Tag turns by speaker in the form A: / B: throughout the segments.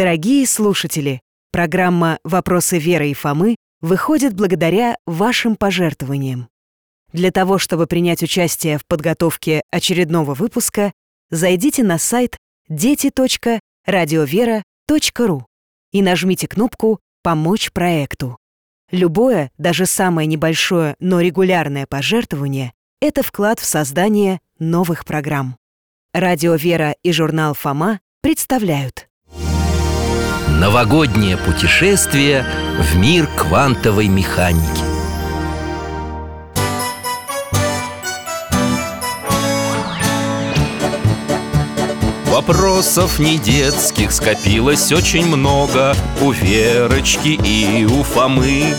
A: Дорогие слушатели, программа «Вопросы Веры и Фомы» выходит благодаря вашим пожертвованиям. Для того, чтобы принять участие в подготовке очередного выпуска, зайдите на сайт дети.радиовера.ру и нажмите кнопку «Помочь проекту». Любое, даже самое небольшое, но регулярное пожертвование – это вклад в создание новых программ. Радио «Вера» и журнал «Фома» представляют
B: Новогоднее путешествие в мир квантовой механики Вопросов не детских скопилось очень много У Верочки и у Фомы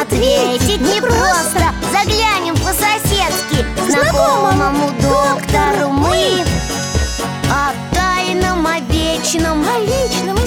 C: Ответить непросто Заглянем по-соседски Знакомому доктору мы О тайном, о вечном
D: О личном и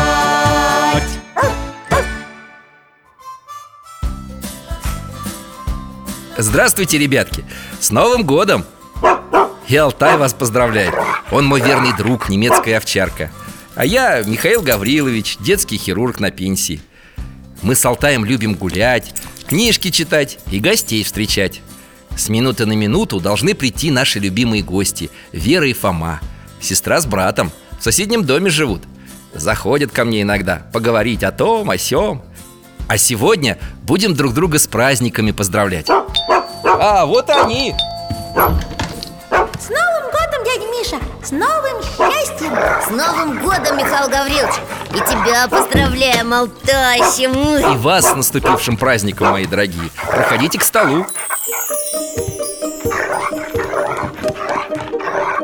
B: Здравствуйте, ребятки! С Новым годом! И Алтай вас поздравляет Он мой верный друг, немецкая овчарка А я Михаил Гаврилович, детский хирург на пенсии Мы с Алтаем любим гулять, книжки читать и гостей встречать С минуты на минуту должны прийти наши любимые гости Вера и Фома Сестра с братом в соседнем доме живут Заходят ко мне иногда поговорить о том, о сём А сегодня будем друг друга с праздниками поздравлять А, вот они,
D: С Новым годом, дядя Миша! С новым счастьем!
C: С Новым годом, Михаил Гаврилович И тебя поздравляем, Алтайщим
B: И вас с наступившим праздником, мои дорогие Проходите к столу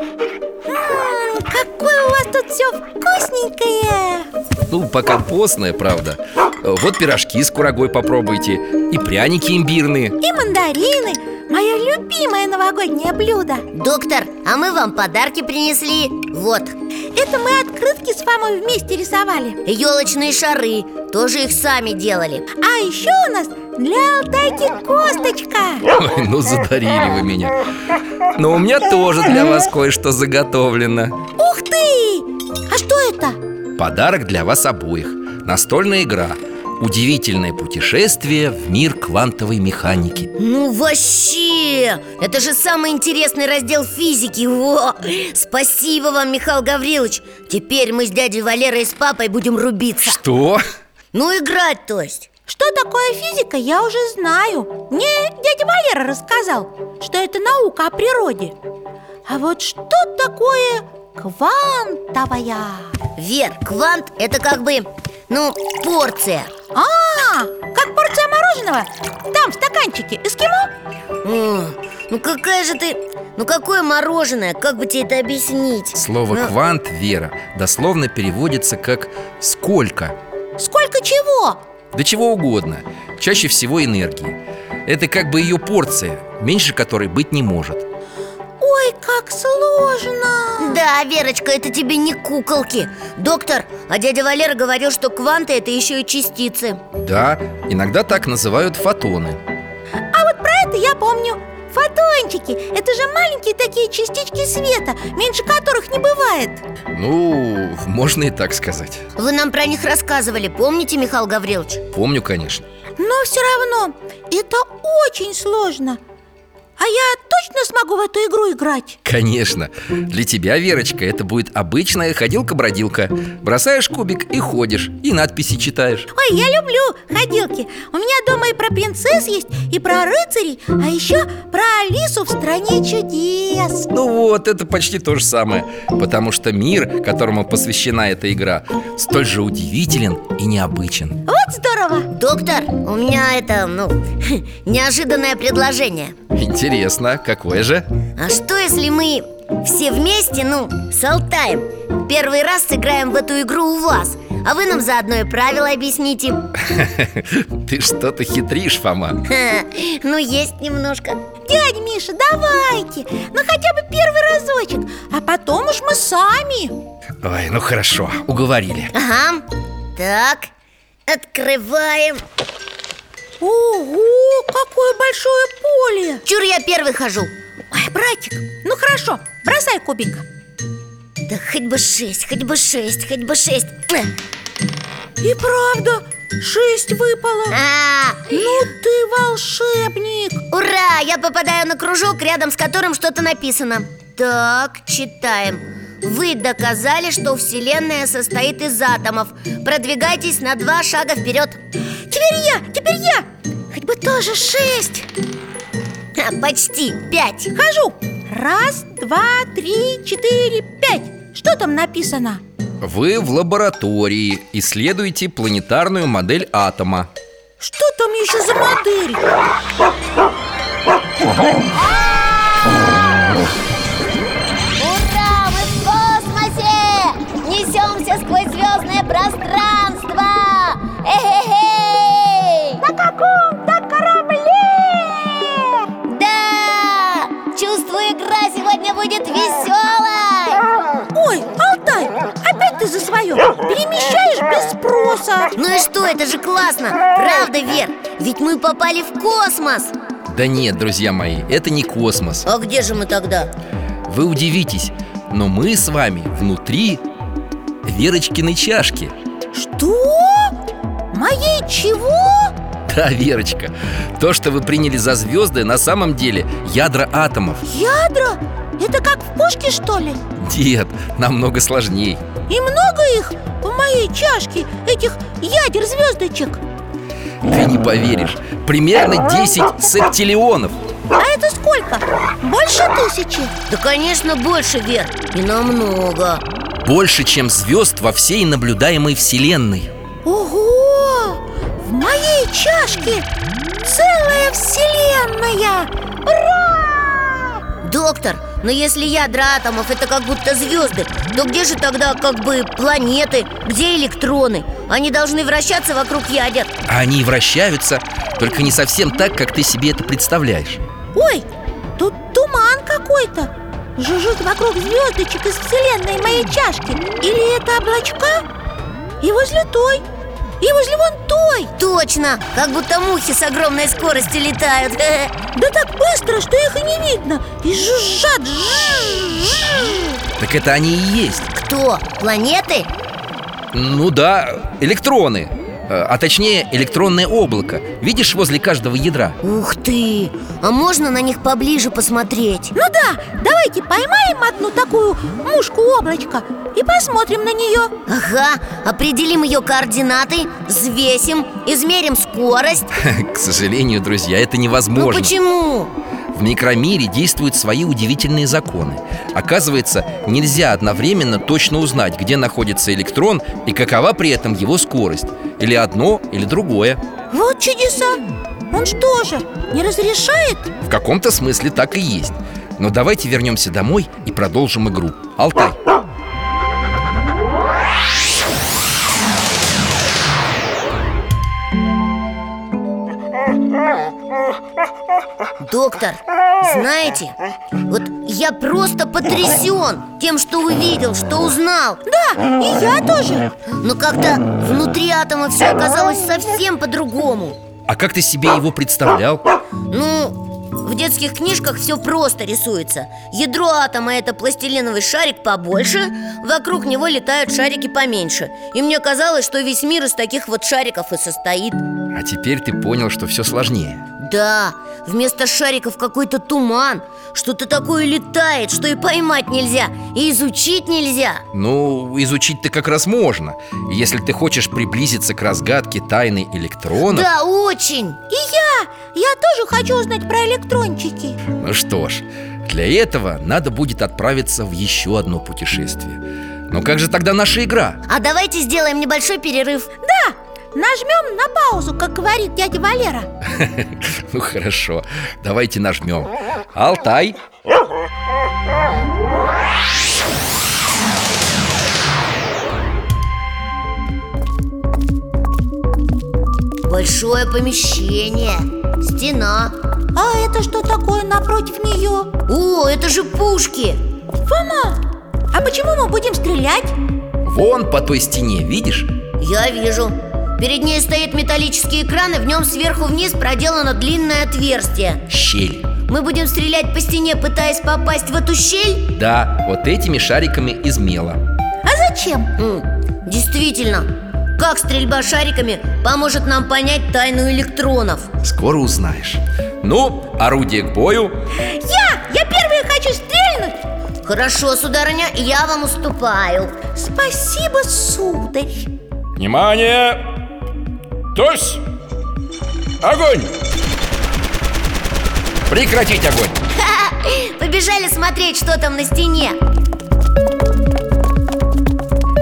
D: М, Какое у вас тут все вкусненькое!
B: Ну, пока постная, правда Э, Вот пирожки с курагой попробуйте И пряники имбирные
D: И мандарины! Мое любимое новогоднее блюдо!
C: Доктор, а мы вам подарки принесли Вот,
D: Это мы открытки с Фомой вместе рисовали
C: елочные шары Тоже их сами делали
D: А еще у нас для Алтайки косточка
B: Ой, ну задарили вы меня Но у меня тоже для вас кое-что заготовлено
D: Ух ты! А что это?
B: Подарок для вас обоих Настольная игра Удивительное путешествие в мир квантовой механики
C: Ну вообще, это же самый интересный раздел физики Во! Спасибо вам, Михаил Гаврилович Теперь мы с дядей Валерой и с папой будем рубиться
B: Что?
C: Ну играть, то есть
D: Что такое физика, я уже знаю Мне дядя Валера рассказал, что это наука о природе А вот что такое квантовая?
C: Вер, квант – это как бы, ну, порция
D: А, как порция мороженого Там в стаканчике эскимо
C: М, Ну какая же ты... Ну какое мороженое, как бы тебе это объяснить?
B: Слово
C: Ну,
B: «квант» Вера дословно переводится как «сколько»
D: Сколько чего?
B: Да чего угодно, чаще всего энергии Это как бы ее порция, меньше которой быть не может
D: Ой, как сложно
C: Да, Верочка, это тебе не куколки Доктор, а дядя Валера говорил, что кванты это еще и частицы
B: Да, иногда так называют фотоны
D: А вот про это я помню Фотончики, это же маленькие такие частички света Меньше которых не бывает
B: Ну, можно и так сказать
C: Вы нам про них рассказывали, помните, Михаил Гаврилович?
B: Помню, конечно
D: Но все равно это очень сложно А я точно смогу в эту игру играть?
B: Конечно, для тебя, Верочка, это будет обычная ходилка-бродилка Бросаешь кубик и ходишь, и надписи читаешь
D: Ой, я люблю ходилки У меня дома и про принцесс есть, и про рыцарей А еще про Алису в стране чудес
B: Ну вот, это почти то же самое Потому что мир, которому посвящена эта игра Столь же удивителен и необычен
D: Вот здорово
C: Доктор, у меня это, ну, неожиданное предложение
B: Интересно, какое же?
C: А что если мы все вместе, ну, с Алтаем Первый раз сыграем в эту игру у вас А вы нам заодно и правила объясните
B: Ты что-то хитришь, Фома
C: Ха, Ну, есть немножко
D: Дядя Миша, давайте, ну хотя бы первый разочек А потом уж мы сами
B: Ой, ну хорошо, уговорили
C: Ага, так, открываем
D: Ого, какое большое поле
C: Чур, я первый хожу
D: Ой, братик, ну хорошо, бросай кубик
C: Да хоть бы шесть, хоть бы шесть, хоть бы шесть Э,
D: И правда, шесть выпало
C: а,
D: Ну ты волшебник
C: Ура, я попадаю на кружок, рядом с которым что-то написано Так, читаем вы доказали, что Вселенная состоит из атомов Продвигайтесь на два шага вперед
D: Теперь я, теперь я Хоть бы тоже шесть
C: Ха, Почти пять
D: Хожу Раз, два, три, четыре, пять Что там написано?
B: Вы в лаборатории исследуете планетарную модель атома
D: Что там еще за модель?
E: Ура! Мы в космосе! Несемся сквозь звездное пространство! Эхе-хей! На каком-то корабле!
C: Да! Чувствую, игра сегодня будет веселой!
D: Ой, Алтай, опять ты за свое Перемещаешь без спроса
C: Ну и что, это же классно! Правда, Вер? Ведь мы попали в космос!
B: Да нет, друзья мои, это не космос
C: А где же мы тогда?
B: Вы удивитесь, но мы с вами внутри Верочкиной чашки
D: Что? Моей чего?
B: Да, Верочка, то, что вы приняли за звезды, на самом деле ядра атомов
D: Ядра? Это как в пушке, что ли?
B: Нет, намного сложней
D: И много их в моей чашке, этих ядер звездочек
B: Ты не поверишь, примерно 10 септиллионов
D: А это сколько? Больше тысячи
C: Да, конечно, больше, Вер И намного
B: Больше, чем звезд во всей наблюдаемой вселенной
D: Ого! В моей чашке целая вселенная! Ура!
C: Доктор, но если ядра атомов это как будто звезды То где же тогда как бы планеты? Где электроны? Они должны вращаться вокруг ядер
B: А они и вращаются, только не совсем так, как ты себе это представляешь
D: Ой, тут туман какой-то Жужжит вокруг звездочек из вселенной моей чашки Или это облачка? И возле той, и возле вон той
C: Точно! Как будто мухи с огромной скоростью летают
D: Да так быстро, что их и не видно И жужжат жжж.
B: Так это они и есть
C: Кто? Планеты?
B: Ну да, электроны Э, А точнее, электронное облако Видишь возле каждого ядра?
C: Ух ты! А можно на них поближе посмотреть?
D: Ну да, давайте поймаем одну такую мушку облачка И посмотрим на нее
C: Ага, определим ее координаты, взвесим, измерим скорость
B: К сожалению, друзья, это
C: Ну
B: невозможно
C: почему?
B: В микромире действуют свои удивительные законы. Оказывается, нельзя одновременно точно узнать, где находится электрон и какова при этом его скорость. Или одно, или другое.
D: Вот чудеса! Он что же, не разрешает?
B: В каком-то смысле так и есть. Но давайте вернемся домой и продолжим игру. Алтай.
C: Доктор, знаете, вот я просто потрясен тем, что увидел, что узнал
D: Да, и я тоже
C: Но как-то внутри атома все оказалось совсем по-другому
B: А как ты себе его представлял?
C: Ну, в детских книжках все просто рисуется Ядро атома это пластилиновый шарик побольше Вокруг него летают шарики поменьше И мне казалось, что весь мир из таких вот шариков и состоит
B: А теперь ты понял, что все сложнее.
C: Да, вместо шариков какой-то туман Что-то такое летает, что и поймать нельзя И изучить нельзя
B: Ну, изучить-то как раз можно. Если ты хочешь приблизиться к разгадке тайны электрона...
C: Да, очень
D: И я, я тоже хочу узнать про электрончики
B: Ну что ж, для этого надо будет отправиться в еще одно путешествие. Но как же тогда наша игра?
C: А давайте сделаем небольшой перерыв
D: Да, нажмем на паузу, как говорит дядя Валера
B: Ну хорошо, давайте нажмем. Алтай,
C: Большое помещение, стена
D: А это что такое напротив нее?
C: О, это же пушки!
D: Фома, а почему мы будем стрелять?
B: Вон по той стене, видишь?
C: Я вижу Перед ней стоит металлический экран, и в нем сверху вниз проделано длинное отверстие
B: Щель
C: Мы будем стрелять по стене, пытаясь попасть в эту щель?
B: Да, вот этими шариками из мела
D: А зачем?
C: М, действительно Как стрельба шариками поможет нам понять тайну электронов?
B: Скоро узнаешь Ну, орудие к бою
D: Я! Я первая хочу стрельнуть!
C: Хорошо, сударыня, я вам уступаю
D: Спасибо, сударь!
F: Внимание! Тось! Огонь!
B: Прекратить огонь
C: Побежали смотреть, что там на стене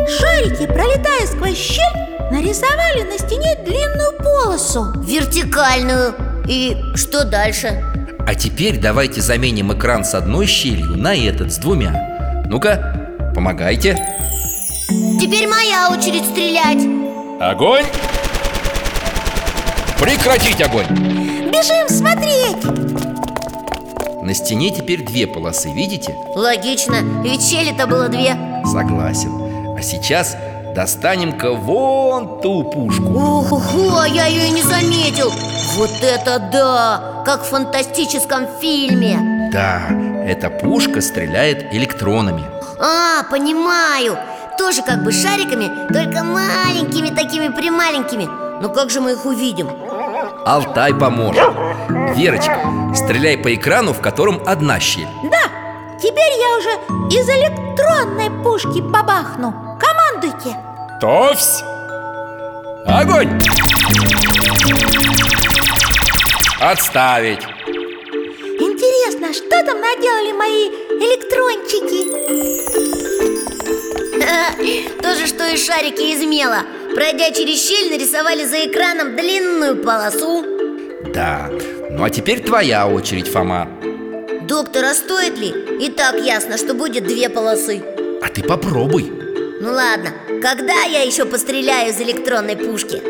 D: Шарики, пролетая сквозь щель, нарисовали на стене длинную полосу
C: Вертикальную И что дальше?
B: А теперь давайте заменим экран с одной щелью на этот с двумя Ну-ка, помогайте
C: Теперь моя очередь стрелять
F: Огонь!
B: Прекратить огонь
D: Бежим смотреть!
B: На стене теперь две полосы, видите?
C: Логично, ведь щели-то было две
B: Согласен А сейчас достанем-ка вон ту пушку
C: Ого, а я ее и не заметил Вот это да! Как в фантастическом фильме
B: Да, эта пушка стреляет электронами
C: А, понимаю Тоже как бы шариками, только маленькими такими прималенькими Но как же мы их увидим?
B: Алтай поможет Верочка, стреляй по экрану, в котором одна щель
D: Да, теперь я уже из электронной пушки бабахну Командуйте!
F: Тось! Огонь!
B: Отставить
D: Интересно, что там наделали мои электрончики?
C: То же, что и шарики из мела Пройдя через щель, нарисовали за экраном длинную полосу
B: Да, ну а теперь твоя очередь, Фома
C: Доктор, а стоит ли? И так ясно, что будет две полосы
B: А ты попробуй
C: Ну ладно, когда я еще постреляю из электронной пушки?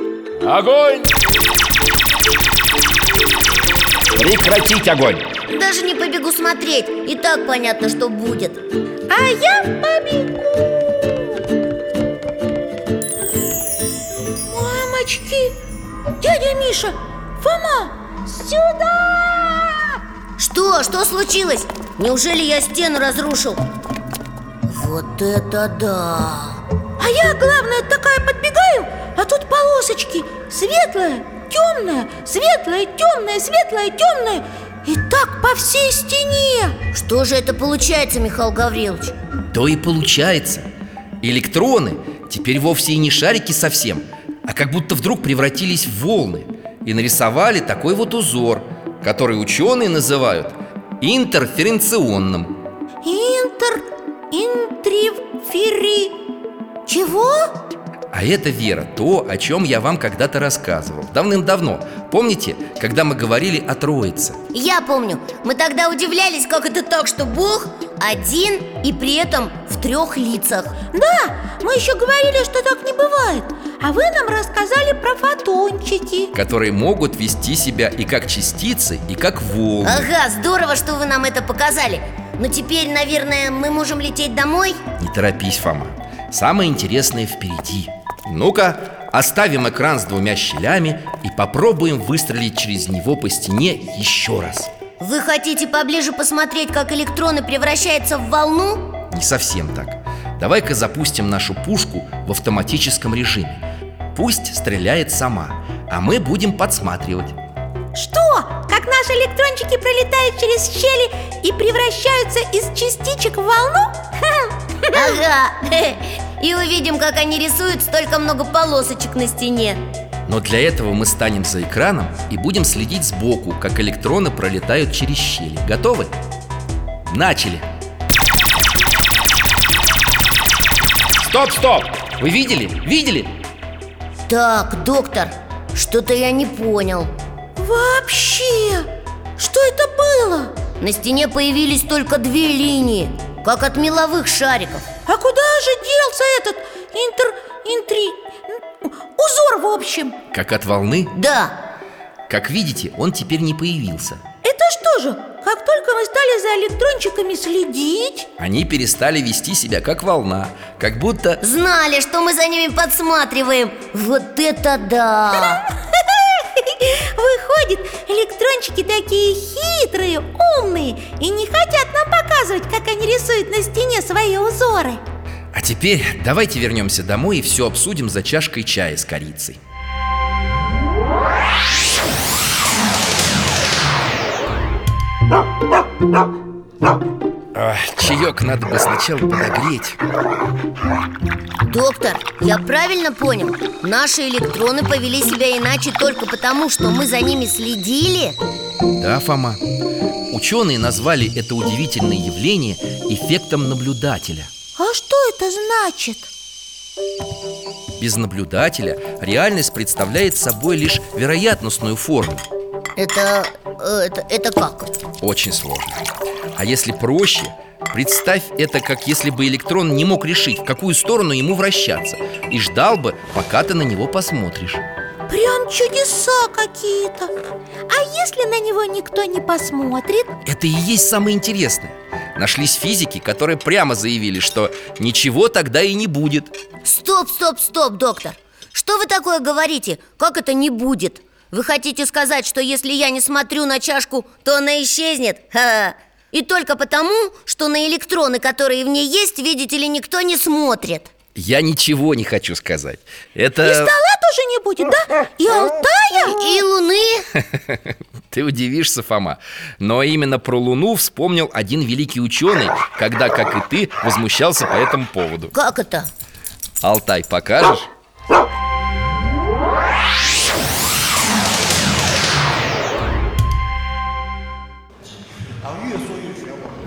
F: Огонь! Прекратить огонь!
C: Даже не побегу смотреть, и так понятно, что будет
D: А я побегу! Мамочки! Дядя Миша! Фома! Сюда!
C: Что? Что случилось? Неужели я стену разрушил? Вот это да!
D: А я, главное, такая подбегаю, а тут полосочки Светлая, темная, светлая, темная, светлая, темная И так по всей стене
C: Что же это получается, Михаил Гаврилович?
B: То и получается Электроны теперь вовсе и не шарики совсем А как будто вдруг превратились в волны И нарисовали такой вот узор Который ученые называют интерференционным
D: Интер... интрифери... Чего?
B: А это, Вера, то, о чем я вам когда-то рассказывал Давным-давно Помните, когда мы говорили о Троице?
C: Я помню, мы тогда удивлялись, как это так, что Бог один и при этом в трех лицах
D: Да, мы еще говорили, что так не бывает А вы нам рассказали про фотончики
B: Которые могут вести себя и как частицы, и как волны
C: Ага, здорово, что вы нам это показали Но теперь, наверное, мы можем лететь домой?
B: Не торопись, Фома Самое интересное впереди Ну-ка, оставим экран с двумя щелями И попробуем выстрелить через него по стене еще раз
C: Вы хотите поближе посмотреть, как электроны превращаются в волну?
B: Не совсем так Давай-ка запустим нашу пушку в автоматическом режиме Пусть стреляет сама А мы будем подсматривать
D: Что? Как наши электрончики пролетают через щели и превращаются из частичек в волну? Хм, Ха!
C: Ага И увидим, как они рисуют столько много полосочек на стене
B: Но для этого мы станем за экраном и будем следить сбоку, как электроны пролетают через щели. Готовы? Начали! Стоп, стоп! Вы видели? Видели?
C: Так, доктор, что-то я не понял
D: Вообще! Что это было?
C: На стене появились только две линии Как от меловых шариков
D: А куда же делся этот интер... интри... Узор, в общем
B: Как от волны?
C: Да,
B: Как видите, он теперь не появился.
D: Это что же, как только мы стали за электрончиками следить
B: Они перестали вести себя как волна, как будто...
C: знали, что мы за ними подсматриваем Вот это да!
D: Выходит, электрончики такие хитрые, умные И не хотят нам показывать, как они рисуют на стене свои узоры
B: А теперь давайте вернемся домой и все обсудим за чашкой чая с корицей. Ах, чаек надо бы сначала подогреть.
C: Доктор, я правильно понял? Наши электроны повели себя иначе только потому, что мы за ними следили?
B: Да, Фома. Ученые назвали это удивительное явление эффектом наблюдателя.
D: А что это значит?
B: Без наблюдателя реальность представляет собой лишь вероятностную форму.
C: Это... э, это, это как?
B: Очень сложно. А если проще, представь это как если бы электрон не мог решить, в какую сторону ему вращаться, и ждал бы, пока ты на него посмотришь.
D: Прям чудеса какие-то А если на него никто не посмотрит?
B: Это и есть самое интересное. Нашлись физики, которые прямо заявили, что ничего тогда и не будет.
C: Стоп, стоп, стоп, доктор Что вы такое говорите? Как это не будет? Вы хотите сказать, что если я не смотрю на чашку, то она исчезнет? Ха. И только потому, что на электроны, которые в ней есть, видите ли, никто не смотрит
B: Я ничего не хочу сказать.
D: И
B: Это...
D: стола тоже не будет, да? И Алтая?
C: И луны
B: Ты удивишься, Фома. Но именно про Луну вспомнил один великий ученый, когда, как и ты, возмущался по этому поводу.
C: Как это?
B: Алтай, покажешь?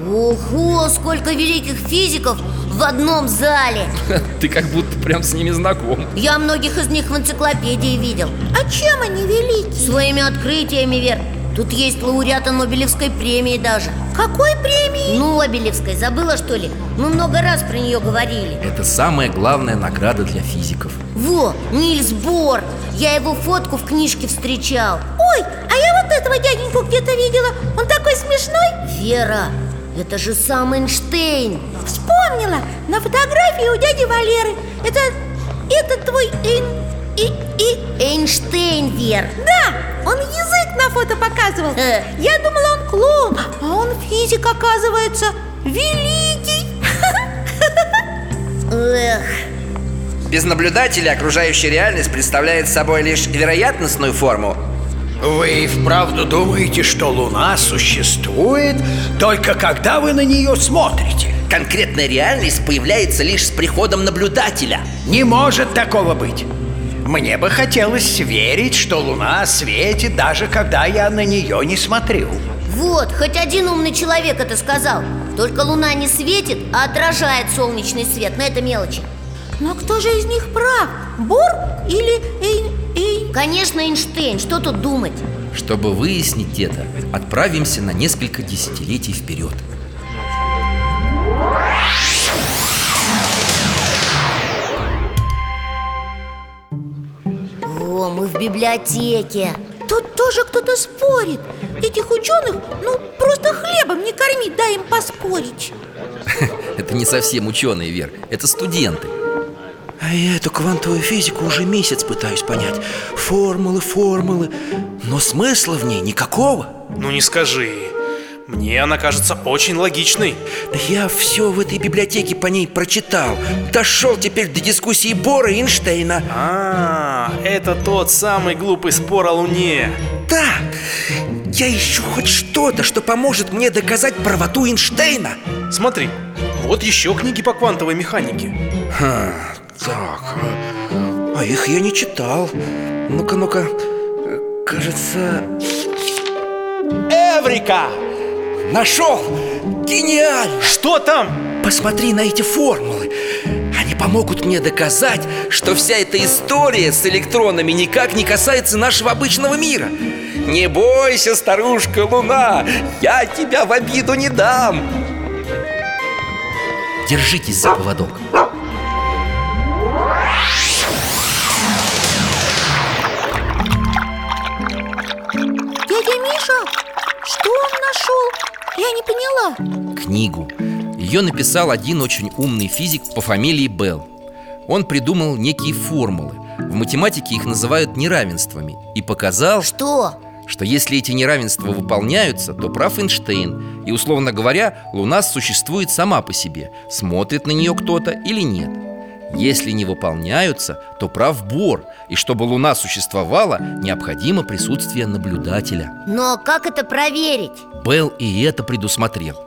C: Ого, сколько великих физиков в одном зале
B: Ты как будто прям с ними знаком.
C: Я многих из них в энциклопедии видел
D: А чем они велики?
C: Своими открытиями, Вер Тут есть лауреаты Нобелевской премии даже
D: Какой премии?
C: Нобелевской, забыла что ли? Мы много раз про нее говорили
B: Это самая главная награда для физиков.
C: Во, Нильс Бор Я его фотку в книжке встречал
D: Ой, а я вот этого дяденьку где-то видела Он такой смешной
C: Вера, это же сам Эйнштейн
D: Вспомнила! На фотографии у дяди Валеры Это... это твой Эйн... И... И...
C: Эйнштейн, Вер
D: Да! Он язык на фото показывал
C: Э.
D: Я думала, он клоун А он физик, оказывается Великий!
C: Эх,
B: Без наблюдателя окружающая реальность представляет собой лишь вероятностную форму.
G: Вы и вправду думаете, что Луна существует только когда вы на нее смотрите?
B: Конкретная реальность появляется лишь с приходом наблюдателя.
G: Не может такого быть. Мне бы хотелось верить, что Луна светит, даже когда я на нее не смотрю.
C: вот, хоть один умный человек это сказал Только луна не светит, а отражает солнечный свет Но это мелочи
D: Но кто же из них прав? Бор или Эйн... Эйн...
C: Конечно, Эйнштейн, что тут думать?
B: Чтобы выяснить это, отправимся на несколько десятилетий вперед.
C: О, мы в библиотеке
D: Тут тоже кто-то спорит Этих ученых, ну, просто хлебом не кормить, дай им поспорить
B: Это не совсем ученые, Вер, это студенты.
H: А я эту квантовую физику уже месяц пытаюсь понять. Формулы, формулы. Но смысла в ней никакого.
I: Ну не скажи. Мне она кажется очень логичной.
H: Да Я все в этой библиотеке по ней прочитал. Дошел теперь до дискуссии Бора и Эйнштейна.
I: А, это тот самый глупый спор о Луне.
H: Да, я ищу хоть что-то, что поможет мне доказать правоту Эйнштейна.
I: Смотри, вот еще книги по квантовой механике.
H: Ха, так, а, а их я не читал. Ну-ка, ну-ка, Э, кажется... Эврика! Нашел! Гениально!
I: Что там?
H: Посмотри на эти формулы Они помогут мне доказать, что вся эта история с электронами никак не касается нашего обычного мира Не бойся, старушка Луна, я тебя в обиду не дам
B: Держитесь за поводок.
D: нашел? Я не поняла
B: Книгу Ее написал один очень умный физик по фамилии Белл Он придумал некие формулы В математике их называют неравенствами И показал,
C: Что?
B: что если эти неравенства выполняются, то прав Эйнштейн И, условно говоря, Луна существует сама по себе Смотрит на нее кто-то или нет Если не выполняются, то прав Бор И чтобы Луна существовала, необходимо присутствие наблюдателя
C: Но как это проверить?
B: Белл и это предусмотрел.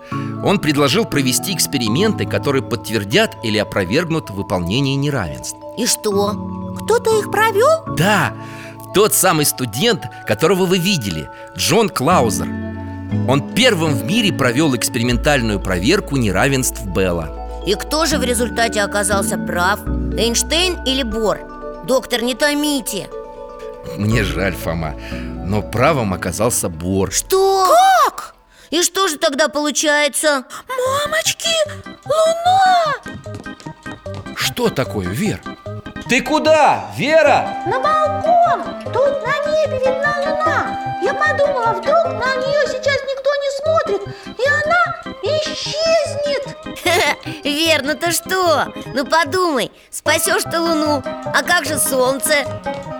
B: Он предложил провести эксперименты, которые подтвердят или опровергнут выполнение неравенств.
C: И что?
D: Кто-то их провел?
B: Да, тот самый студент, которого вы видели, Джон Клаузер. Он первым в мире провел экспериментальную проверку неравенств Белла.
C: И кто же в результате оказался прав? Эйнштейн или Бор? Доктор, не томите
B: Мне жаль, Фома, но правым оказался Бор.
C: Что? Как? И что же тогда получается?
D: Мамочки, луна!
B: Что такое, Вер?
H: Ты куда, Вера?
D: На балкон! Тут на небе видна луна Я подумала, вдруг на нее сейчас никто не смотрит И она исчезнет
C: Верно, то что? Ну подумай, спасешь ты Луну, а как же Солнце?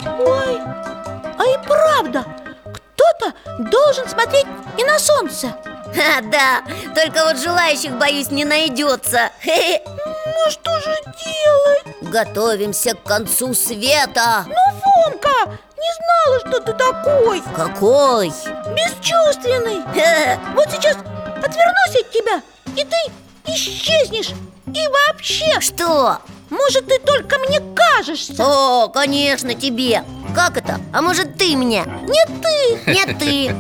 D: Ой, а и правда Кто-то должен смотреть и на солнце
C: Ха, да, только вот желающих, боюсь, не найдется
D: Ну что же делать?
C: Готовимся к концу света
D: Ну, Фомка, не знала, что ты такой
C: Какой?
D: Бесчувственный
C: Ха,
D: Вот сейчас отвернусь от тебя, и ты исчезнешь И вообще,
C: Что?
D: может, ты только мне кажешься
C: О, конечно, тебе Как это? А может ты мне?
D: Не ты
C: Нет, ты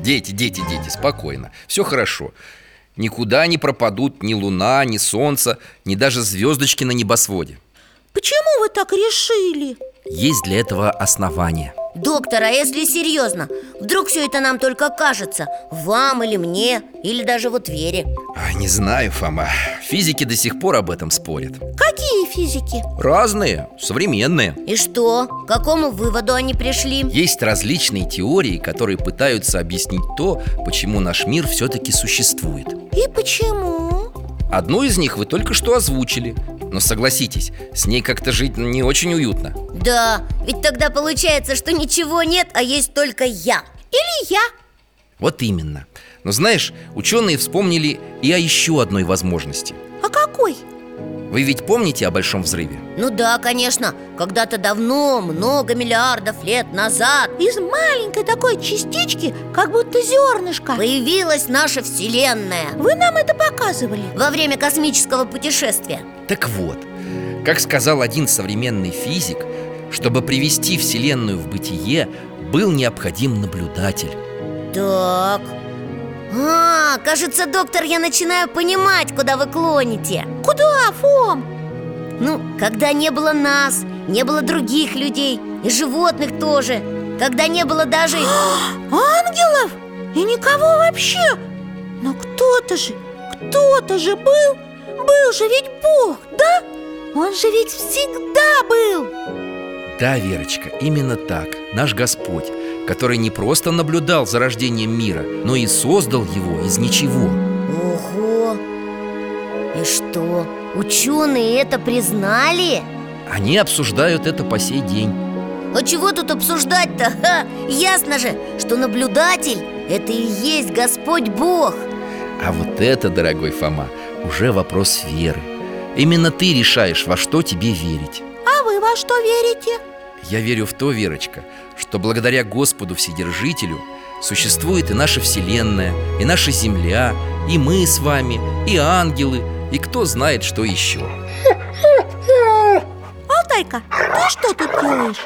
B: Дети, дети, дети, спокойно, все хорошо Никуда не пропадут ни луна, ни солнце, ни даже звездочки на небосводе
D: Почему вы так решили?
B: Есть для этого основания
C: Доктор, а если серьезно? Вдруг все это нам только кажется? Вам или мне, или даже вот Вере
B: Ай, Не знаю, Фома Физики до сих пор об этом спорят
D: Какие физики?
B: Разные, современные
C: И что? К какому выводу они пришли?
B: Есть различные теории, которые пытаются объяснить то, почему наш мир все-таки существует
D: И почему?
B: Одну из них вы только что озвучили Но согласитесь, с ней как-то жить не очень уютно
C: Да, ведь тогда получается, что ничего нет, а есть только я
D: Или я?
B: Вот именно. Но знаешь, ученые вспомнили и о еще одной возможности.
D: А какой?
B: Вы ведь помните о Большом взрыве?
C: Ну да, конечно, когда-то давно, много миллиардов лет назад
D: Из маленькой такой частички, как будто зернышко
C: Появилась наша Вселенная
D: Вы нам это показывали
C: во время космического путешествия
B: Так вот, как сказал один современный физик, чтобы привести Вселенную в бытие, был необходим наблюдатель.
C: Так А, кажется, доктор, я начинаю понимать, куда вы клоните
D: Куда, Фом?
C: Ну, когда не было нас, не было других людей И животных тоже Когда не было даже...
D: Ангелов? И никого вообще Но кто-то же, кто-то же был Был же ведь Бог, да? Он же ведь всегда был
B: Да, Верочка, именно так. Наш Господь, который не просто наблюдал за рождением мира, но и создал его из ничего.
C: Ого! И что, ученые это признали?
B: Они обсуждают это по сей день.
C: А чего тут обсуждать-то? Ха! Ясно же, что наблюдатель – это и есть Господь Бог
B: А вот это, дорогой Фома, уже вопрос веры. Именно ты решаешь, во что тебе верить.
D: А вы во что верите?
B: Я верю в то, Верочка, что благодаря Господу Вседержителю существует и наша Вселенная, и наша Земля, и мы с вами, и ангелы, и кто знает, что еще.
D: Алтайка, ты что тут делаешь?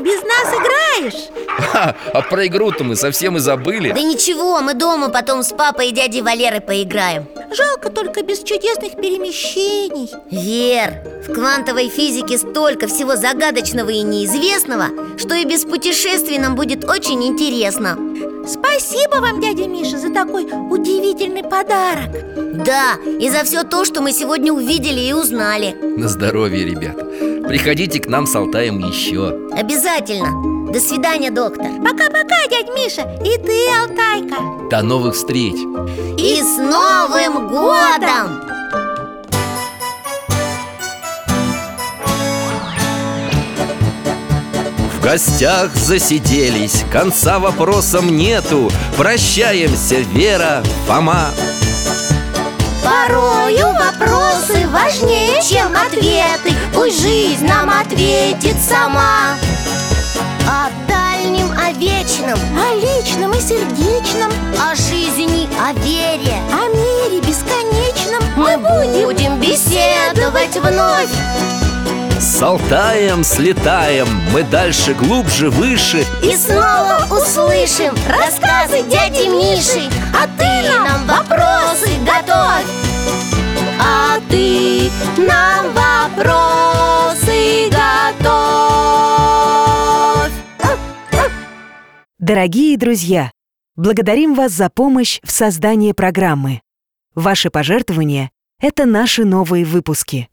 D: Без нас играешь?
B: Ха, а про игру-то мы совсем и забыли.
C: Да ничего, мы дома потом с папой и дядей Валерой поиграем
D: Жалко только без чудесных перемещений
C: Вер, в квантовой физике столько всего загадочного и неизвестного Что и без путешествий нам будет очень интересно
D: Спасибо вам, дядя Миша, за такой удивительный подарок
C: Да, и за все то, что мы сегодня увидели и узнали
B: На здоровье, ребята. Приходите к нам с Алтаем еще.
C: Обязательно
J: До свидания, доктор
D: Пока-пока, дядь Миша, и ты, Алтайка
B: До новых встреч!
J: И с Новым годом!
B: В гостях засиделись, конца вопросам нету Прощаемся, Вера, Фома
C: Порою вопросы важнее, чем ответы Пусть жизнь нам ответит сама О дальнем, о вечном,
D: О личном и сердечном,
C: о жизни, о вере
D: о мире бесконечном
C: Мы будем беседовать вновь
B: С Алтаем слетаем, мы дальше, глубже, выше
C: И снова услышим рассказы дяди Миши А ты нам вопросы готовь А ты нам вопросы готовь
A: Дорогие друзья, благодарим вас за помощь в создании программы. Ваши пожертвования – это наши новые выпуски.